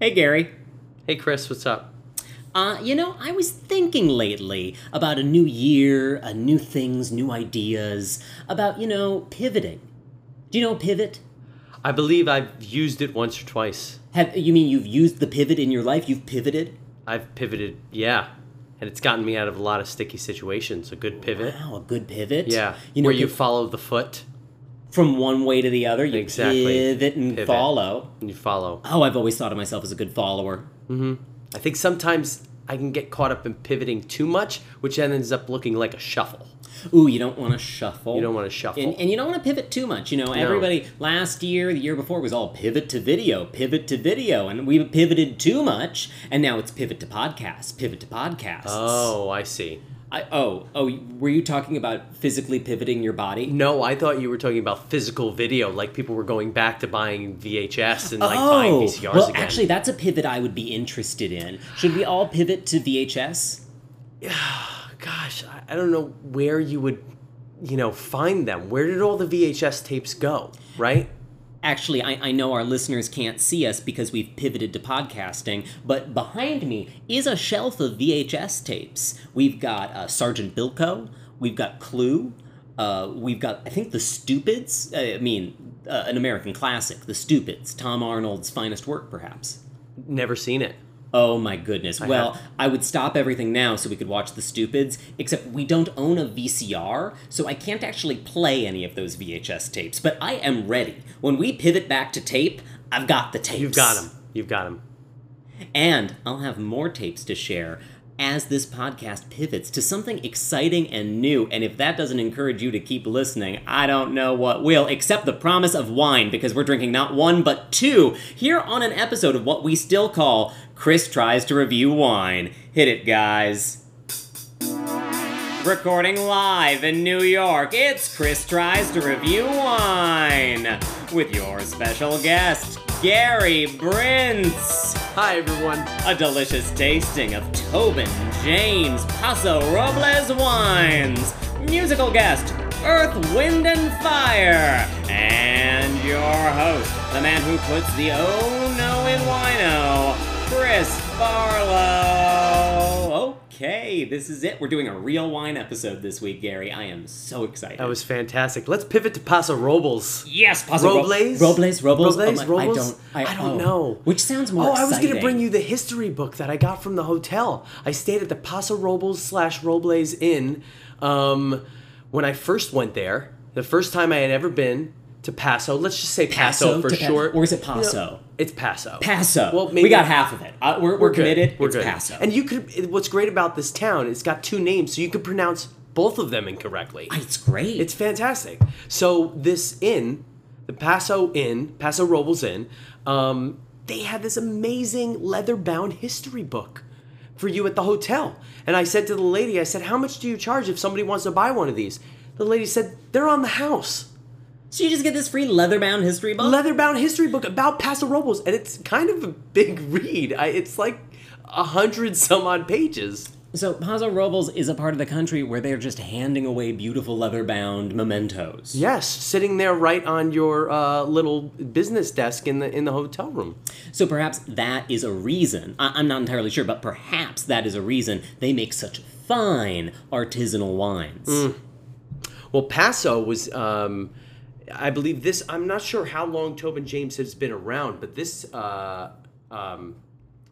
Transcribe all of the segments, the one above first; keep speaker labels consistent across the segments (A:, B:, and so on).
A: Hey, Gary.
B: Hey, Chris, what's up?
A: Uh, you know, I was thinking lately about a new year, uh, new things, new ideas, about, you know, pivoting. Do you know pivot?
B: I believe I've used it once or twice.
A: Have you mean you've used the pivot in your life? You've pivoted?
B: I've pivoted, yeah. And it's gotten me out of a lot of sticky situations. A good pivot.
A: Wow, Oh, a good pivot.
B: Yeah.
A: You know,
B: Where you
A: piv-
B: follow the foot
A: from one way to the other, you
B: Exactly.
A: pivot and
B: Pivot.
A: follow.
B: and you follow.
A: Oh, I've always thought of myself as a good follower.
B: I think sometimes I can get caught up in pivoting too much, which then ends up looking like a shuffle.
A: Ooh, you don't want to shuffle.
B: You don't want to shuffle.
A: And, and you don't want to pivot too much. You know, everybody last year, the year before was all pivot to video, pivot to video, and we pivoted too much, and now it's pivot to podcasts, pivot to podcasts.
B: oh, I see.
A: I, oh, oh, were you talking about physically pivoting your body?
B: No, I thought you were talking about physical video, like people were going back to buying VHS and like buying VCRs
A: Oh, well,
B: again.
A: actually, that's a pivot I would be interested in. Should we all pivot to VHS?
B: gosh, I- I don't know where you would, you know, find them. Where did all the VHS tapes go? Right?
A: Actually, I, I know our listeners can't see us because we've pivoted to podcasting, but behind me is a shelf of VHS tapes. We've got uh, Sergeant Bilko, we've got Clue, uh, we've got, I think, The Stupids. Uh, I mean, uh, an American classic, The Stupids, Tom Arnold's finest work, perhaps.
B: Never seen it.
A: Oh my goodness. well, I would stop everything now so we could watch The Stupids, except we don't own a VCR, so I can't actually play any of those VHS tapes. But I am ready. When we pivot back to tape, I've got the tapes.
B: You've got them. You've got them.
A: And I'll have more tapes to share as this podcast pivots to something exciting and new. And if that doesn't encourage you to keep listening, I don't know what will, except the promise of wine, because we're drinking not one, but two here on an episode of what we still call Chris Tries to Review Wine. Hit it, guys. Recording live in New York, it's Chris Tries to Review Wine with your special guest, Gary Brintz.
B: Hi, everyone.
A: A delicious tasting of Tobin James Paso Robles wines. Musical guest, Earth, Wind, and Fire. And your host, the man who puts the oh no in wino, Chris Barlow. Okay, this is it. We're doing a real wine episode this week, Gary. I am so excited.
B: That was fantastic. Let's pivot to Paso Robles.
A: Yes, Paso Ro-
B: Robles?
A: Robles, Robles,
B: Robles,
A: Oh my-
B: Robles?
A: I don't, I,
B: I don't
A: oh.
B: know.
A: Which sounds more
B: Oh, I was going to
A: exciting.
B: bring you the history book that I got from the hotel. I stayed at the Paso Robles slash Robles Inn um, when I first went there. The first time I had ever been to Paso. Let's just say Paso,
A: Paso
B: for
A: to Pa-
B: short.
A: or is it
B: You know,
A: Paso?
B: it's Paso.
A: Paso.
B: Well,
A: we
B: maybe-
A: got half of it. Uh, we're, we're,
B: good.
A: committed.
B: We're
A: it's
B: good.
A: Paso.
B: And you could. it- What's great about this town? It's got two names, so you could pronounce both of them incorrectly.
A: it's great.
B: It's fantastic. So this inn, the Paso Inn, Paso Robles Inn, um, they had this amazing leather-bound history book for you at the hotel. And I said to the lady, I said, "How much do you charge if somebody wants to buy one of these?" The lady said, "They're on the house."
A: so you just get this free leather-bound history book.
B: leather-bound history book about Paso Robles, and it's kind of a big read. I, it's like a hundred some odd pages.
A: so Paso Robles is a part of the country where they're just handing away beautiful leather-bound mementos.
B: Yes, sitting there right on your uh, little business desk in the in the hotel room.
A: So perhaps that is a reason. I- I'm not entirely sure, but perhaps that is a reason they make such fine artisanal wines.
B: Well, Paso was, um, I believe this. I'm not sure how long Tobin James has been around, but this, uh, um,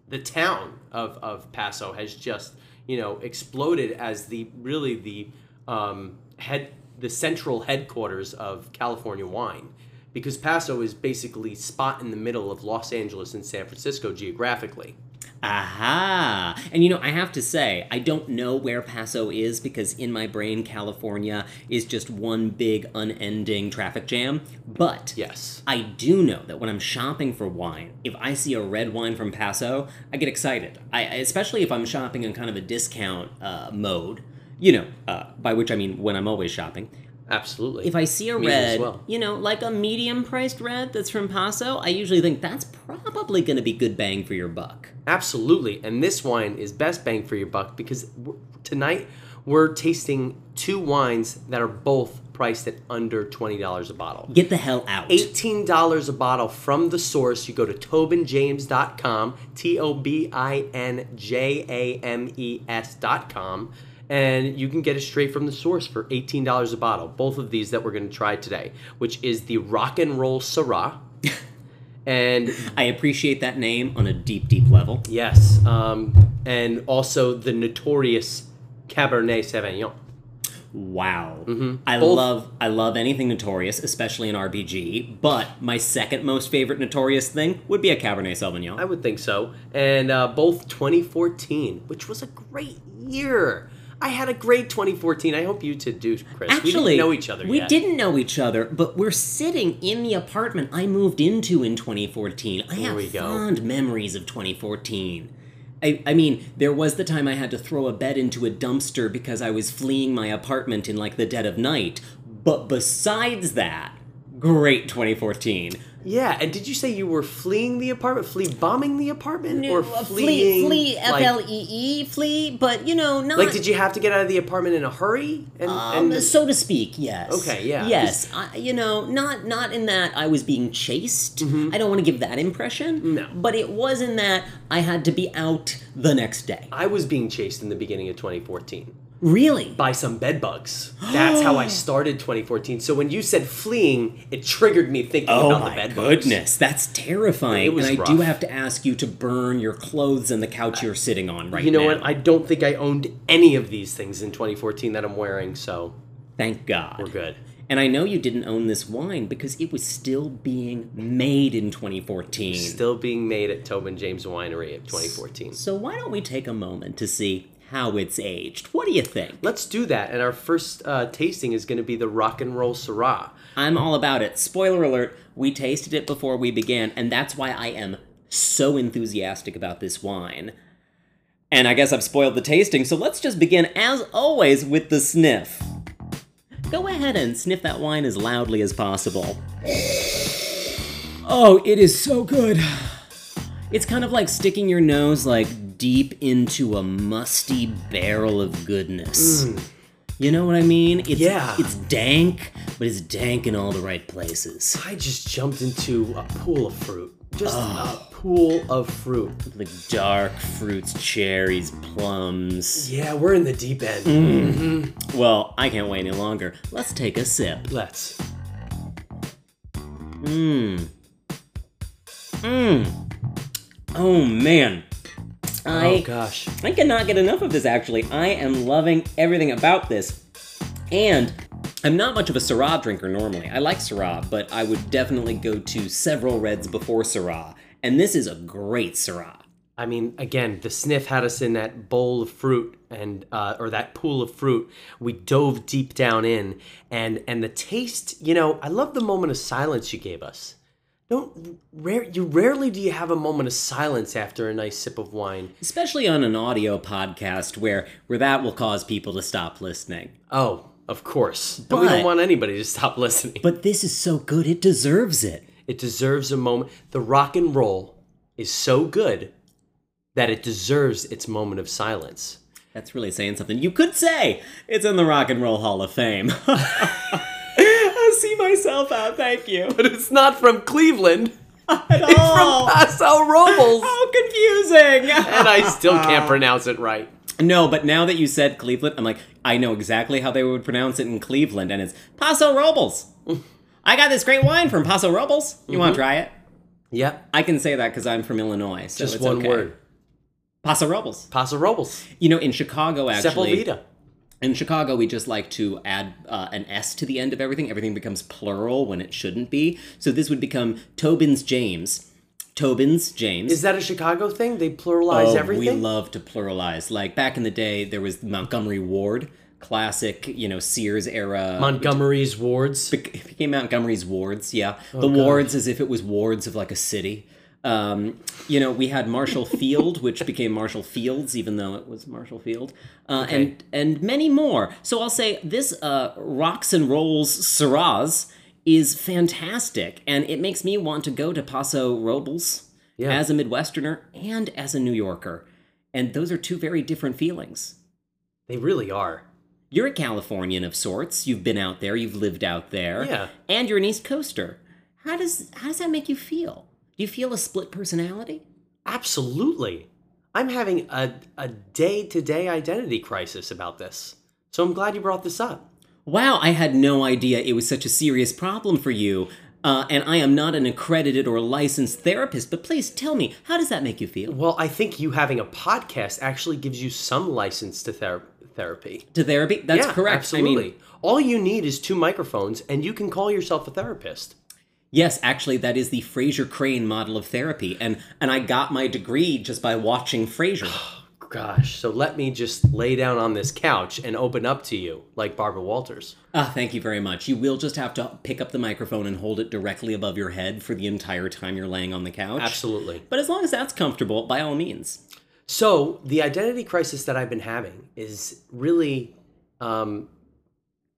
B: the town of of Paso has just, you know, exploded as the really the um, head the central headquarters of California wine. Because Paso is basically spot in the middle of Los Angeles and San Francisco geographically.
A: Aha! And you know, I have to say, I don't know where Paso is because in my brain, California is just one big, unending traffic jam. But
B: Yes.
A: I do know that when I'm shopping for wine, if I see a red wine from Paso, I get excited. I I- especially if I'm shopping in kind of a discount uh, mode. You know, uh, by which I mean when I'm always shopping.
B: Absolutely.
A: If I see a
B: Me as
A: red,
B: well.
A: you know, like a medium-priced red that's from Paso, I usually think that's probably going to be good bang for your buck.
B: Absolutely. And this wine is best bang for your buck because we're, tonight we're tasting two wines that are both priced at under twenty dollars a bottle.
A: Get the hell out.
B: $18 a bottle from the source. You go to tobinjames.com, T O B I N J A M E S.com, and you can get it straight from the source for $18 a bottle. Both of these that we're going to try today, which is the Rock and Roll Syrah. and
A: I appreciate that name on a deep, deep level.
B: yes, um, and also the notorious Cabernet Sauvignon.
A: Wow. I
B: Mm-hmm. Both-
A: love I love anything notorious, especially an RBG, but my second most favorite notorious thing would be a Cabernet Sauvignon.
B: I would think so. And uh, both 2014, which was a great year. I had a great 2014. I hope you did too, Chris. we
A: Actually,
B: didn't know each other
A: We
B: yet.
A: didn't know each other, but we're sitting in the apartment I moved into in 2014. I have
B: we go.
A: fond memories of 2014. I, I mean, there was the time I had to throw a bed into a dumpster because I was fleeing my apartment in like the dead of night. But besides that, great 2014.
B: Yeah, and did you say you were fleeing the apartment, flee bombing the apartment, or
A: Uh,
B: fleeing?
A: flee, F
B: like-
A: L E E, flee. But you know, not
B: Like, did you have to get out of the apartment in a hurry? And,
A: Um,
B: and
A: so to speak, yes.
B: Okay, yeah.
A: Yes, I, you know, not not in that I was being chased. I don't want to give that impression.
B: Mm-hmm. No.
A: but it was in that I had to be out the next day.
B: I was being chased in the beginning of 2014
A: Really?
B: by some bed bugs. That's how I started 2014. So when you said fleeing, it triggered me thinking
A: Oh
B: about the
A: my
B: bed bugs.
A: goodness, that's terrifying.
B: It was
A: and I do
B: rough.
A: have to ask you to burn your clothes and the couch you're sitting on right
B: You know
A: now.
B: what? I don't think I owned any of these things in 2014 that I'm wearing, so
A: Thank God.
B: we're good.
A: And I know you didn't own this wine because it was still being made in 2014.
B: Still being made at Tobin James Winery of 2014.
A: so why don't we take a moment to see how it's aged? What do you think?
B: Let's do that. And our first uh, tasting is going to be the Rock and Roll Syrah.
A: I'm all about it. Spoiler alert, we tasted it before we began, and that's why I am so enthusiastic about this wine. And I guess I've spoiled the tasting, so let's just begin, as always, with the sniff. Go ahead and sniff that wine as loudly as possible. Oh, it is so good. It's kind of like sticking your nose like deep into a musty barrel of goodness. You know what I mean? It's,
B: Yeah.
A: It's dank, but it's dank in all the right places.
B: I just jumped into a pool of fruit. Just a pool of fruit.
A: Like dark fruits, cherries, plums.
B: Yeah, we're in the deep end.
A: Mm. Well, I can't wait any longer. Let's take a sip.
B: Let's.
A: Mmm. Mmm. Oh man. I
B: Oh gosh.
A: I cannot get enough of this, actually. I am loving everything about this. And I'm not much of a Syrah drinker normally. I like Syrah, but I would definitely go to several reds before Syrah. And this is a great Syrah.
B: I mean, again, the sniff had us in that bowl of fruit and uh, or that pool of fruit. We dove deep down in, and and the taste. You know, I love the moment of silence you gave us. Don't rare you rarely do you have a moment of silence after a nice sip of wine.
A: Especially on an audio podcast where, where that will cause people to stop listening.
B: Oh, of course. But we don't
A: But-
B: want anybody to stop listening.
A: But this is so good, it deserves it.
B: It deserves a moment. The rock and roll is so good that it deserves its moment of silence.
A: That's really saying something. You could say it's in the Rock and Roll Hall of Fame. I see myself out, thank you.
B: But it's not from Cleveland.
A: At all.
B: From Paso Robles.
A: Oh, How confusing!
B: and I still can't pronounce it right.
A: no, but now that you said Cleveland, I'm like, I know exactly how they would pronounce it in Cleveland, and it's Paso Robles. I got this great wine from Paso Robles. You
B: Mm-hmm.
A: want to try it?
B: Yep.
A: I can say that because I'm from Illinois. So
B: Just
A: it's
B: one
A: okay.
B: word.
A: Paso Robles.
B: Paso Robles.
A: You know, in Chicago, actually,
B: Sepulveda.
A: in Chicago, we just like to add uh, an S to the end of everything. Everything becomes plural when it shouldn't be. So this would become Tobin's James. Tobin's James.
B: Is that a Chicago thing? They pluralize
A: Oh,
B: everything?
A: We love to pluralize. Like back in the day, there was Montgomery Ward, classic, you know, Sears era.
B: Montgomery's wards. Oh,
A: Bec- it became Montgomery's Wards, yeah. the Wards as if it was wards of like a city. Um, you know, we had Marshall Field, which became Marshall Fields, even though it was Marshall Field, uh, and and many more. So I'll say this: uh, rocks and rolls Syrahs is fantastic, and it makes me want to go to Paso Robles
B: Yeah.
A: as a Midwesterner and as a New Yorker, and those are two very different feelings.
B: They really are.
A: You're a Californian of sorts. You've been out there. You've lived out there.
B: Yeah.
A: And you're an East Coaster. How does how does that make you feel? Do you feel a split personality?
B: Absolutely. I'm having a, a day to day identity crisis about this. So I'm glad you brought this up.
A: Wow, I had no idea it was such a serious problem for you. Uh, and I am not an accredited or licensed therapist, but please tell me, how does that make you feel?
B: Well, I think you having a podcast actually gives you some license to ther- therapy.
A: To therapy? That's
B: yeah,
A: correct.
B: Absolutely.
A: I mean,
B: All you need is two microphones, and you can call yourself a therapist.
A: yes, actually, that is the Fraser Crane model of therapy, and and I got my degree just by watching Fraser.
B: Gosh, so let me just lay down on this couch and open up to you like Barbara Walters.
A: Ah, thank you very much. You will just have to pick up the microphone and hold it directly above your head for the entire time you're laying on the couch.
B: Absolutely.
A: But as long as that's comfortable, by all means.
B: So the identity crisis that I've been having is really um,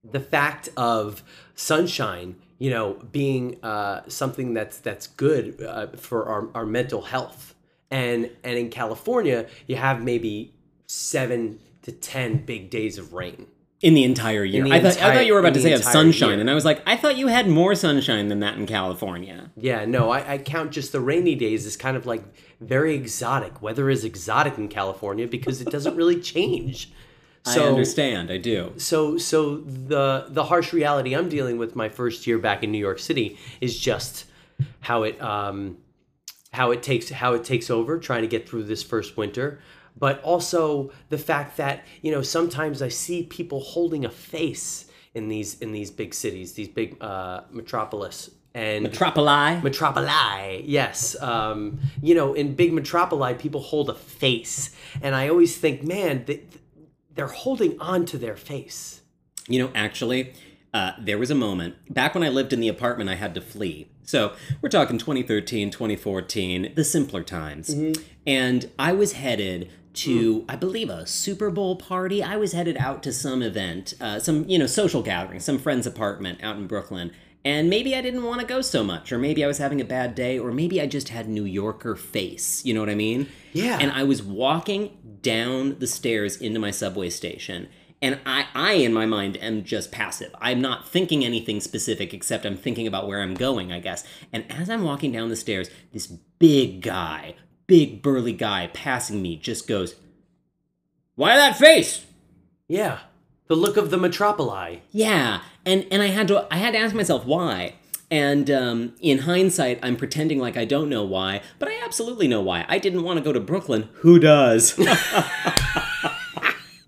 B: the fact of sunshine, you know, being uh, something that's that's good uh, for our, our mental health. And and in California, you have maybe seven to ten big days of rain.
A: In the entire year.
B: the
A: I, thought, I
B: entire-
A: thought you were about
B: in
A: to
B: the
A: say of
B: entire
A: sunshine,
B: year.
A: and I was like, I thought you had more sunshine than that in California.
B: Yeah, no, I, I count just the rainy days as kind of like very exotic. Weather is exotic in California because it doesn't really change. So,
A: I understand, I do.
B: so so the the harsh reality I'm dealing with my first year back in New York City is just how it um how it takes how it takes over trying to get through this first winter but also the fact that you know sometimes I see people holding a face in these in these big cities these big uh metropolis and
A: Tropoli.
B: Metropoli, yes. Um, you know, in big metropoli, people hold a face, and I always think, man, they, they're holding on to their face.
A: You know, actually, uh, there was a moment back when I lived in the apartment I had to flee. So we're talking 2013, 2014, the simpler times. And I was headed to, I believe, a Super Bowl party. I was headed out to some event, uh, some, you know, social gathering, some friend's apartment out in Brooklyn. And maybe I didn't want to go so much, or maybe I was having a bad day, or maybe I just had New Yorker face. You know what I mean?
B: Yeah.
A: And I was walking down the stairs into my subway station, and I, I in my mind am just passive. I'm not thinking anything specific except I'm thinking about where I'm going, I guess. And as I'm walking down the stairs, this big guy, big burly guy passing me just goes, Why that face?
B: Yeah, the look of the metropoli.
A: Yeah, and and I had to I had to ask myself why. And um, in hindsight, I'm pretending like I don't know why, but I absolutely know why. I didn't want to go to Brooklyn. Who does?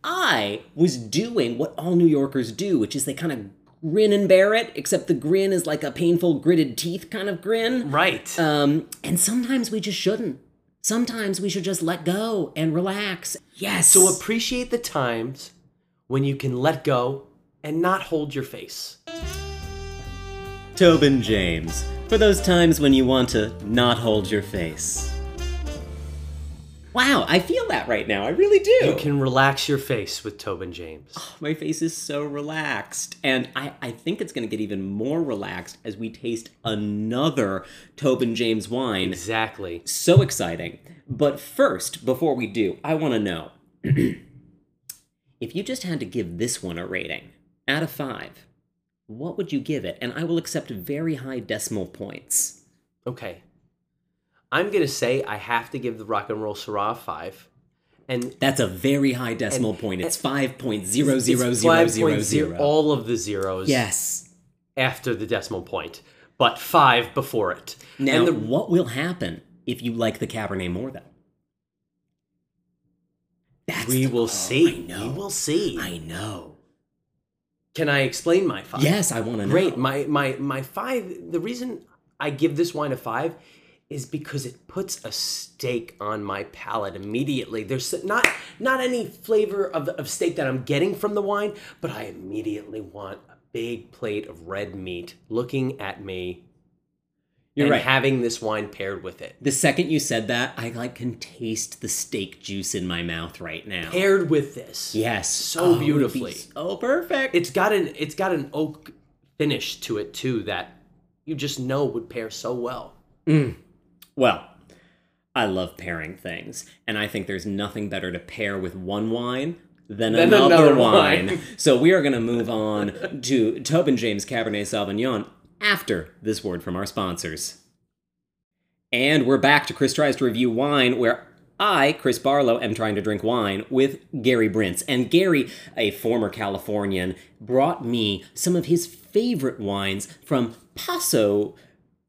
A: I was doing what all New Yorkers do, which is they kind of grin and bear it, except the grin is like a painful gritted teeth kind of grin.
B: Right.
A: Um, and sometimes we just shouldn't. Sometimes we should just let go and relax. Yes.
B: so appreciate the times when you can let go and not hold your face.
A: Tobin James, for those times when you want to not hold your face. Wow, I feel that right now. I really do.
B: You can relax your face with Tobin James.
A: My face is so relaxed. And I, I think it's going to get even more relaxed as we taste another Tobin James wine.
B: Exactly.
A: So exciting. But first, before we do, I want to know if you just had to give this one a rating out of five, what would you give it? And I will accept very high decimal points.
B: Okay. I'm gonna say I have to give the rock and roll Syrah a five, and
A: That's a very high decimal point. It's five point zero zero
B: It's
A: zero
B: 5.0,
A: zero zero.
B: All of the zeros
A: Yes.
B: after the decimal point, but five before it.
A: Now,
B: and the,
A: what will happen if you like the Cabernet more, though? That's
B: we
A: the-
B: will
A: oh,
B: see.
A: I know.
B: We will see.
A: I know.
B: Can I explain my five?
A: Yes, I want to know.
B: Great. My my my five. The reason I give this wine a five is because it puts a steak on my palate immediately. There's not not any flavor of of steak that I'm getting from the wine, but I immediately want a big plate of red meat looking at me
A: You're
B: and
A: right.
B: having this wine paired with it.
A: the second you said that, I like can taste the steak juice in my mouth right now.
B: Paired with this.
A: yes, Oh,
B: so
A: it would be
B: beautifully.
A: so perfect.
B: It's got an it's got an oak finish to it too that you just know would pair so well.
A: Well, I love pairing things, and I think there's nothing better to pair with one wine than,
B: Than
A: another,
B: another
A: wine.
B: wine.
A: so we are going to move on to Tobin James Cabernet Sauvignon after this word from our sponsors. And we're back to Chris Tries to Review Wine, where I, Chris Barlow, am trying to drink wine with Gary Brintz. And Gary, a former Californian, brought me some of his favorite wines from Paso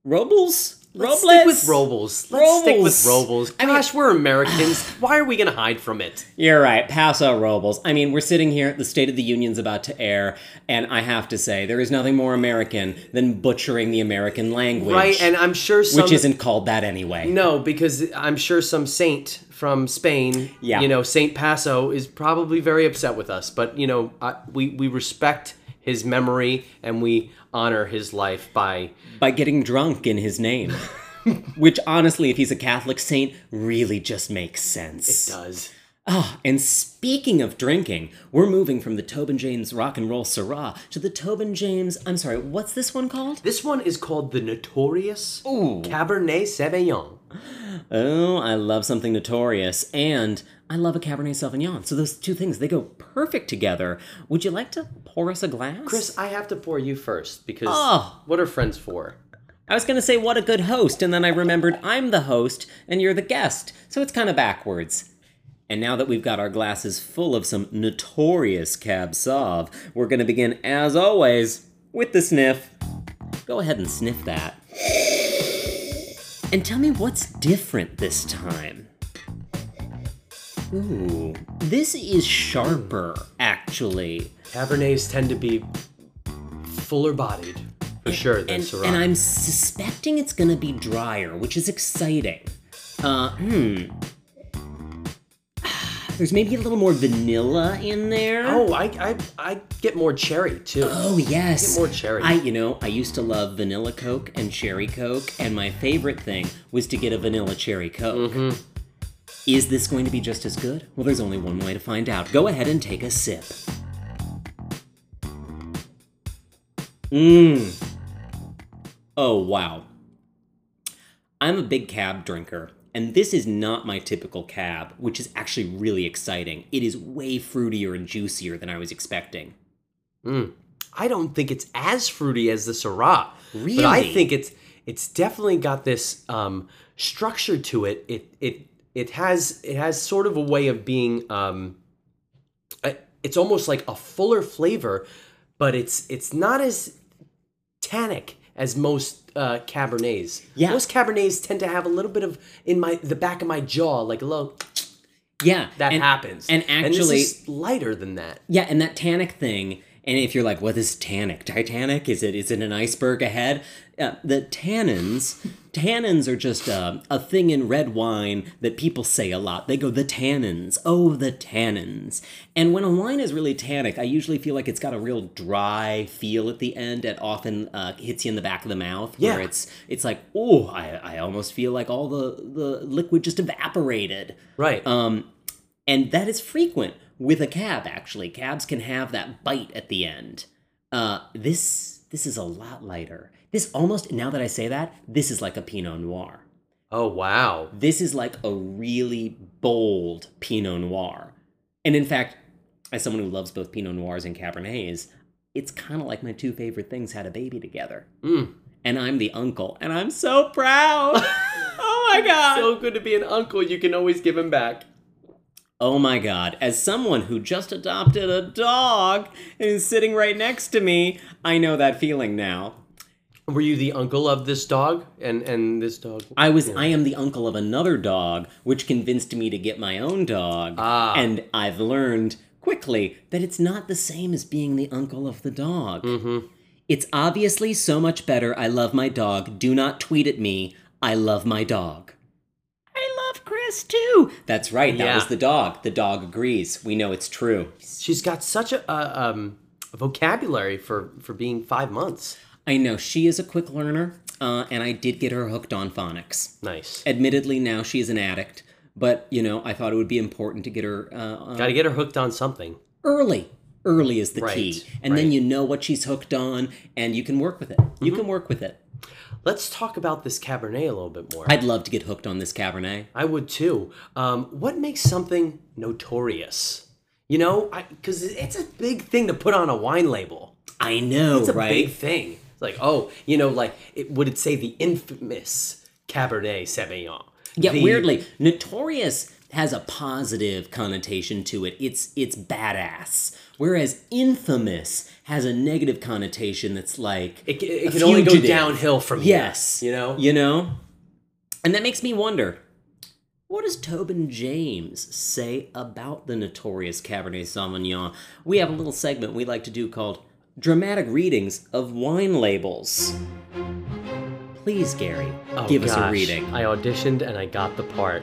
A: Robles? Robles?
B: Let's stick with Robles. Let's stick
A: Robles.
B: with Robles.
A: I mean-
B: Gosh, we're Americans. Why are we gonna hide from it?
A: You're right, Paso Robles. I mean, we're sitting here, the State of the Union's about to air, and I have to say, there is nothing more American than butchering the American language.
B: Right, and I'm sure some
A: which isn't called that anyway.
B: No, because I'm sure some saint from Spain,
A: Yeah.
B: you know, Saint Paso is probably very upset with us. But you know, I, we we respect his memory and we honor his life by
A: by getting drunk in his name. Which honestly, if he's a Catholic saint, really just makes sense.
B: does.
A: Ah, and speaking of drinking, we're moving from the Tobin James rock and roll Syrah to the Tobin James. I'm sorry, what's this one called?
B: This one is called the Notorious Cabernet Sauvignon.
A: Oh, I love something notorious, and I love a Cabernet Sauvignon. So those two things they go perfect together. Would you like to pour us a glass?
B: Chris, I have to pour you first because
A: Oh.
B: what are friends for?
A: I was gonna say what a good host, and then I remembered I'm the host and you're the guest, so it's kind of backwards. And now that we've got our glasses full of some notorious cab sauv, we're gonna begin, as always, with the sniff. Go ahead and sniff that. And tell me what's different this time. Ooh, this is sharper, actually.
B: Cabernets tend to be fuller bodied for sure than
A: and,
B: Syrah.
A: and I'm suspecting it's gonna be drier, which is exciting. Uh, hmm. There's maybe a little more vanilla in there.
B: oh, I, I I get more cherry too.
A: Oh, yes.
B: Get more cherry.
A: I, you know, I used to love vanilla Coke and cherry Coke, and my favorite thing was to get a vanilla cherry Coke. Is this going to be just as good? Well, there's only one way to find out. Go ahead and take a sip. Mmm. Oh, wow. I'm a big cab drinker, and this is not my typical cab, which is actually really exciting. It is way fruitier and juicier than I was expecting.
B: I don't think it's as fruity as the Syrah. But I
A: Really?
B: think it's it's definitely got this um, structure to it. It it it has it has sort of a way of being. Um, I- it's almost like a fuller flavor, but it's it's not as tannic as most uh, cabernets.
A: Yeah.
B: most cabernets tend to have a little bit of in my the back of my jaw, like a little
A: Yeah,
B: that
A: and-
B: happens.
A: and
B: this
A: actually-
B: is lighter than that.
A: Yeah, and that tannic thing. And if you're like, what is tannic? Titanic? Is it? Is it an iceberg ahead? Uh, the tannins, tannins are just uh, a thing in red wine that people say a lot. They go, the tannins. Oh, the tannins. And when a wine is really tannic, I usually feel like it's got a real dry feel at the end. It often uh, hits you in the back of the mouth. Where
B: Yeah.
A: it's it's like, oh, I, I almost feel like all the the liquid just evaporated.
B: Right.
A: Um, and that is frequent with a cab. Actually, cabs can have that bite at the end. Uh, this this is a lot lighter. This almost now that I say that, this is like a Pinot Noir.
B: oh wow.
A: This is like a really bold Pinot Noir. And in fact, as someone who loves both Pinot Noirs and Cabernets, it's kind of like my two favorite things had a baby together.
B: Mm.
A: And I'm the uncle, and I'm so proud. oh my god!
B: so good to be an uncle. You can always give him back.
A: Oh my god, as someone who just adopted a dog and is sitting right next to me, I know that feeling now.
B: Were you the uncle of this dog? And and this dog?
A: I was I am the uncle of another dog, which convinced me to get my own dog.
B: Ah.
A: And I've learned quickly that it's not the same as being the uncle of the dog.
B: Mm-hmm.
A: It's obviously so much better. I love my dog. Do not tweet at me. I love my dog. I love Chris too. That's right. That
B: Yeah.
A: was the dog. The dog agrees. We know it's true.
B: She's got such a, a um a vocabulary for for being five months.
A: I know she is a quick learner, uh, and I did get her hooked on phonics.
B: Nice.
A: Admittedly, now she is an addict, but you know, I thought it would be important to get her uh, uh,
B: Got to get her hooked on something.
A: early. Early is the
B: Right,
A: key, and then
B: right. Mm-hmm.
A: you know what she's hooked on, and you can work with it. You can work with it.
B: Let's talk about this cabernet a little bit more. I,
A: I'd love to get hooked on this cabernet.
B: would too. Um, what makes something notorious? You know, because it's a big thing to put on a wine label.
A: I know,
B: It's a
A: right?
B: big thing. It's like, oh, you know, like it would it say the infamous Cabernet Sauvignon?
A: Yeah,
B: The-
A: weirdly, notorious has a positive connotation to it. It's it's badass, whereas infamous has a negative connotation that's like
B: it,
A: a
B: it can only go
A: fugitive.
B: downhill from here,
A: Yes,
B: you know.
A: you know, and that makes me wonder. What does Tobin James say about the notorious Cabernet Sauvignon? We have a little segment we like to do called Dramatic Readings of Wine Labels. Please, Gary,
B: Oh,
A: give us a
B: gosh.
A: reading.
B: I auditioned and I got the part.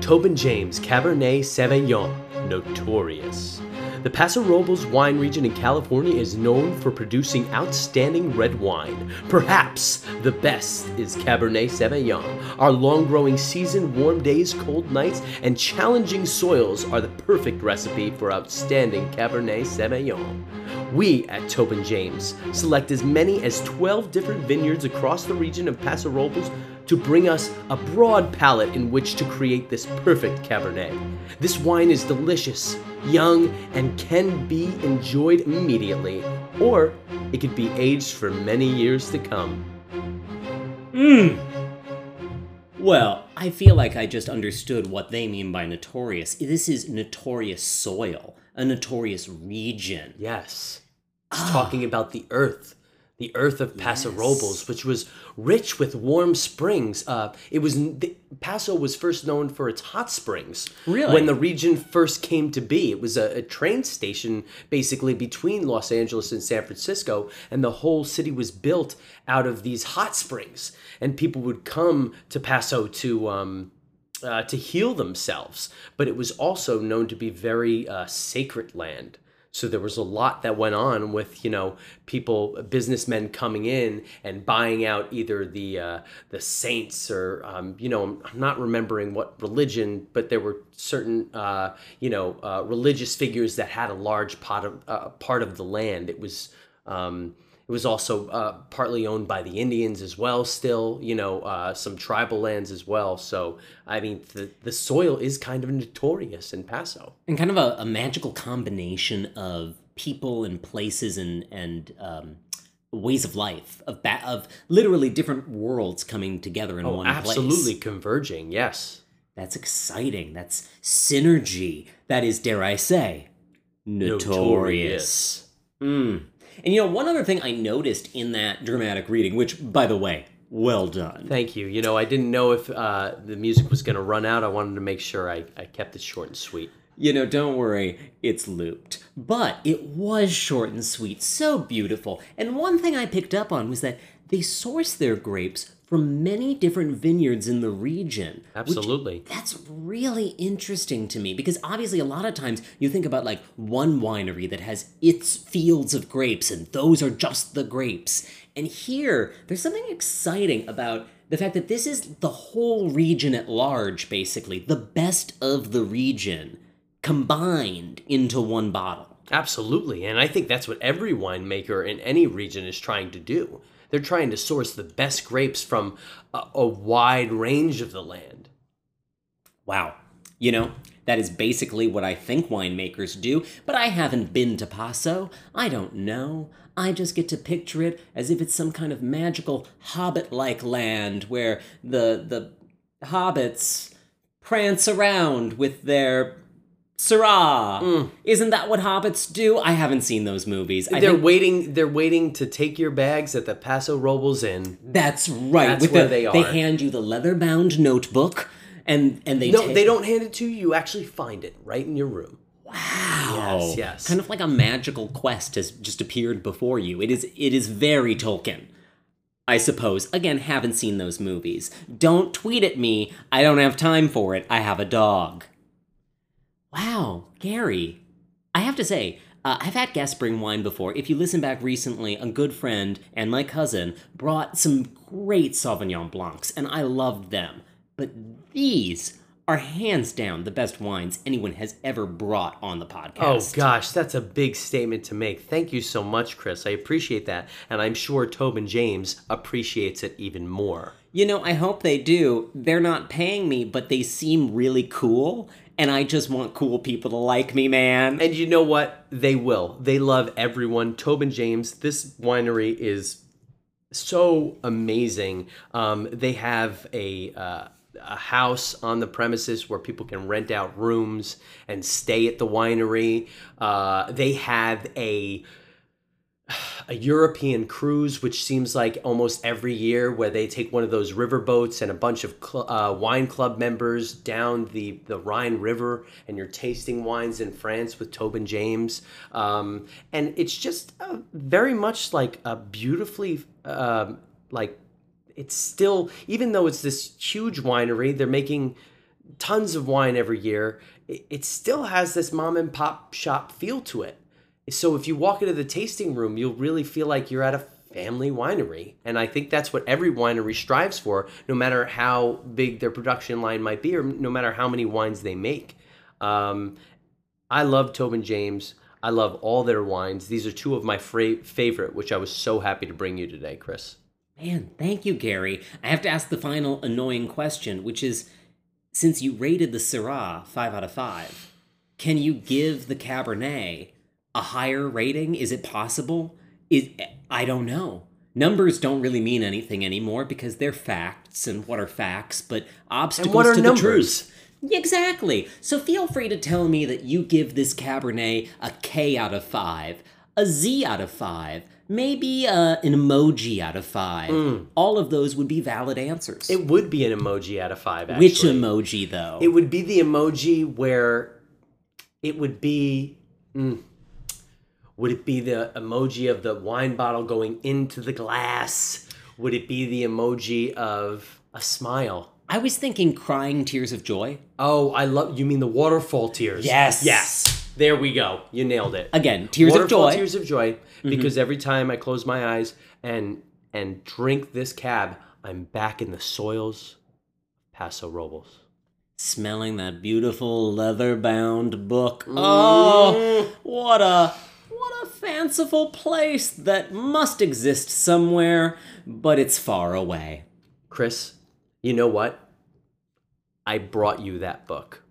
B: Tobin James, Cabernet Sauvignon, notorious. The Paso Robles wine region in California is known for producing outstanding red wine. Perhaps the best is Cabernet Sauvignon. Our long growing season, warm days, cold nights, and challenging soils are the perfect recipe for outstanding Cabernet Sauvignon. We at Tobin James select as many as 12 different vineyards across the region of Paso Robles to bring us a broad palette in which to create this perfect Cabernet. This wine is delicious, young, and can be enjoyed immediately, or it could be aged for many years to come.
A: Mm. Well, I feel like I just understood what they mean by notorious. This is notorious soil, a notorious region.
B: Yes. It's talking about the earth, the earth of Paso
A: Ah. Yes.
B: Robles, which was rich with warm springs. Uh, it was the, Paso was first known for its hot springs.
A: Really?
B: When the region first came to be, it was a, a train station basically between Los Angeles and San Francisco, and the whole city was built out of these hot springs. And people would come to Paso to. Um, uh, to heal themselves, but it was also known to be very uh, sacred land. So there was a lot that went on with you know people, businessmen coming in and buying out either the uh, the saints or um, you know I'm, I'm not remembering what religion, but there were certain uh, you know uh, religious figures that had a large pot of uh, part of the land. It was um, it was also uh, partly owned by the Indians as well, still, you know, uh, some tribal lands as well. So, I mean, the, the soil is kind of notorious in Paso.
A: And kind of a, a magical combination of people and places and, and um, ways of life, of, ba- of literally different worlds coming together in one place.
B: Oh, Absolutely converging, yes.
A: That's exciting. That's synergy. That is, dare I say, notorious. Mm. And you know, one other thing I noticed in that dramatic reading, which, by the way, well done.
B: Thank you. You know, I didn't know if uh, the music was going to run out. I wanted to make sure I, I kept it short and sweet.
A: You know, don't worry, it's looped. But it was short and sweet, so beautiful. And one thing I picked up on was that they source their grapes from many different vineyards in the region. which
B: Absolutely.
A: That's really interesting to me because obviously a lot of times you think about like one winery that has its fields of grapes and those are just the grapes. And here there's something exciting about the fact that this is the whole region at large basically, the best of the region combined into one bottle.
B: Absolutely. And I think that's what every winemaker in any region is trying to do. They're trying to source the best grapes from a, a wide range of the land.
A: Wow. You know, that is basically what I think winemakers do, but I haven't been to Paso. I don't know. I just get to picture it as if it's some kind of magical hobbit like land where the the hobbits prance around with their Syrah. Isn't that what hobbits do? I haven't seen those movies. I
B: Mm. they're
A: think
B: waiting they're waiting to take your bags at the Paso Robles Inn.
A: that's right.
B: That's
A: with
B: where
A: the-
B: they are.
A: They hand you the leather bound notebook and and they
B: No,
A: take
B: they don't hand it to you. You actually find it right in your room.
A: Wow.
B: Yes, yes.
A: Kind of like a magical quest has just appeared before you. It is it is very Tolkien. I suppose. Again, haven't seen those movies. Don't tweet at me. I don't have time for it. I have a dog. Wow, Gary. I have to say, uh, I've had Gaspering wine before. If you listen back recently, a good friend and my cousin brought some great Sauvignon Blancs, and I loved them. But these are hands down the best wines anyone has ever brought on the podcast.
B: Oh gosh, that's a big statement to make. Thank you so much, Chris. I appreciate that, and I'm sure Tobin James appreciates it even more.
A: You know, I hope they do. They're not paying me, but they seem really cool, and I just want cool people to like me, man.
B: And you know what? They will. They love everyone. Tobin James, this winery is so amazing. Um, they have a. Uh, a house on the premises where people can rent out rooms and stay at the winery. Uh, they have a a European cruise, which seems like almost every year, where they take one of those river boats and a bunch of cl- uh, wine club members down the, the Rhine River, and you're tasting wines in France with Tobin James. Um, and it's just uh, very much like a beautifully, um like, it's still, even though it's this huge winery, they're making tons of wine every year, it, it still has this mom and pop shop feel to it. So if you walk into the tasting room, you'll really feel like you're at a family winery. And I think that's what every winery strives for, no matter how big their production line might be or no matter how many wines they make. Um, I love Tobin James. I love all their wines. These are two of my fra- favorite, which I was so happy to bring you today, Chris.
A: Man, thank you, Gary. I have to ask the final annoying question, which is since you rated the Syrah 5 out of 5, can you give the Cabernet a higher rating? Is it possible? Is, I don't know. Numbers don't really mean anything anymore because they're facts and what are facts, but obstacles
B: what are
A: to
B: numbers?
A: the truth. Exactly. So feel free to tell me that you give this Cabernet a K out of five, a Z out of five, maybe uh, an emoji out of five. All of those would be valid answers.
B: Mm. It would be an emoji out of five, actually.
A: Which emoji, though?
B: It would be the emoji where it would be. mm, would it be the emoji of the wine bottle going into the glass? Would it be the emoji of a smile?
A: I was thinking crying tears of joy.
B: Oh, I love. You mean the waterfall tears?
A: Yes.
B: Yes. There we go. You nailed it.
A: Again, tears
B: waterfall
A: of joy. Mm-hmm.
B: tears of joy. Because every time I close my eyes and and drink this cab, I'm back in the soils, of Paso Robles.
A: Smelling that beautiful leather bound book.
B: Mm.
A: Oh, what a. What a fanciful place that must exist somewhere, but it's far away.
B: Chris, you know what? I brought you that book.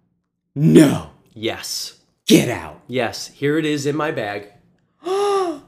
A: No!
B: Yes.
A: Get out!
B: Yes. Here it is in my bag.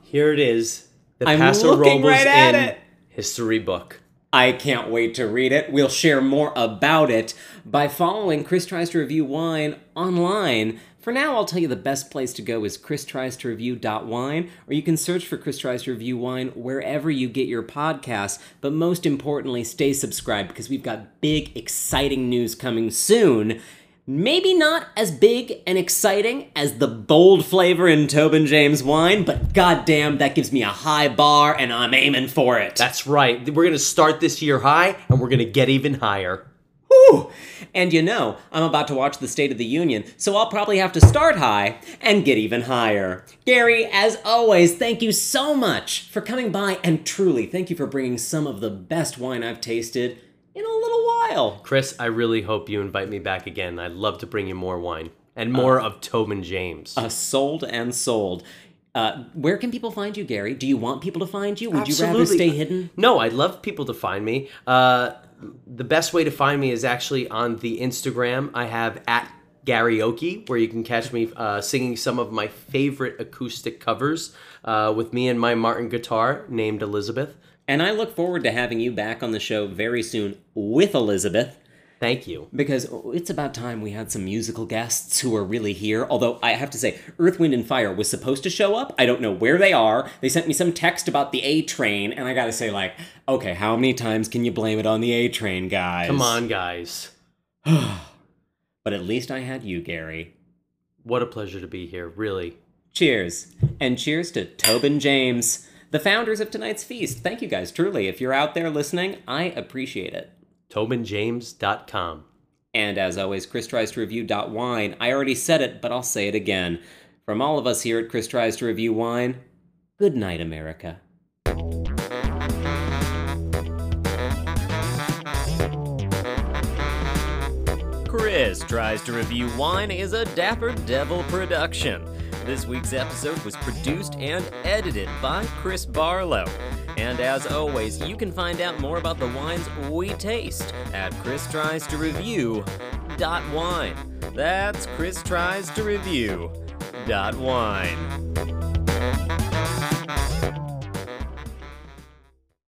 B: Here it is. The
A: I'm
B: Paso
A: looking
B: Robles
A: right at
B: Inn
A: it.
B: history book.
A: I can't wait to read it. We'll share more about it by following Chris Tries to Review Wine online. For now, I'll tell you the best place to go is christriestoreview.wine, or you can search for Chris Tries to Review Wine wherever you get your podcasts. But most importantly, stay subscribed because we've got big, exciting news coming soon. Maybe not as big and exciting as the bold flavor in Tobin James wine, but goddamn, that gives me a high bar and I'm aiming for it.
B: That's right. We're going to start this year high and we're going to get even higher.
A: Whew. And you know, I'm about to watch the State of the Union, so I'll probably have to start high and get even higher. Gary, as always, thank you so much for coming by, and truly, thank you for bringing some of the best wine I've tasted in a little while.
B: Chris, I really hope you invite me back again. I'd love to bring you more wine and more of Tobin James.
A: Uh, sold and sold. Uh, where can people find you, Gary? Do you want people to find you? Would you rather
B: Absolutely.
A: stay hidden?
B: No, I'd love people to find me. Uh, the best way to find me is actually on the Instagram. I have at Garyoki, where you can catch me uh, singing some of my favorite acoustic covers uh, with me and my Martin guitar named Elizabeth.
A: And I look forward to having you back on the show very soon with Elizabeth.
B: Thank you.
A: because it's about time we had some musical guests who are really here. Although I have to say, Earth, Wind, and Fire was supposed to show up. I don't know where they are. They sent me some text about the A train, and I gotta say, like, okay, how many times can you blame it on the A train, guys?
B: Come on, guys.
A: But at least I had you, Gary.
B: What a pleasure to be here, really.
A: Cheers. And cheers to Tobin James, the founders of tonight's feast. Thank you guys, truly. If you're out there listening, I appreciate it.
B: TobinJames.com.
A: And as always, Chris tries to review wine. I already said it, but I'll say it again. From all of us here at Chris tries to review wine, good night, America.
B: Chris.
A: Chris Tries to Review Wine is a Dapper Devil production. This week's episode was produced and edited by Chris Barlow. And as always, you can find out more about the wines we taste at Chris Tries to Review dot wine. That's Chris Tries to Review dot wine.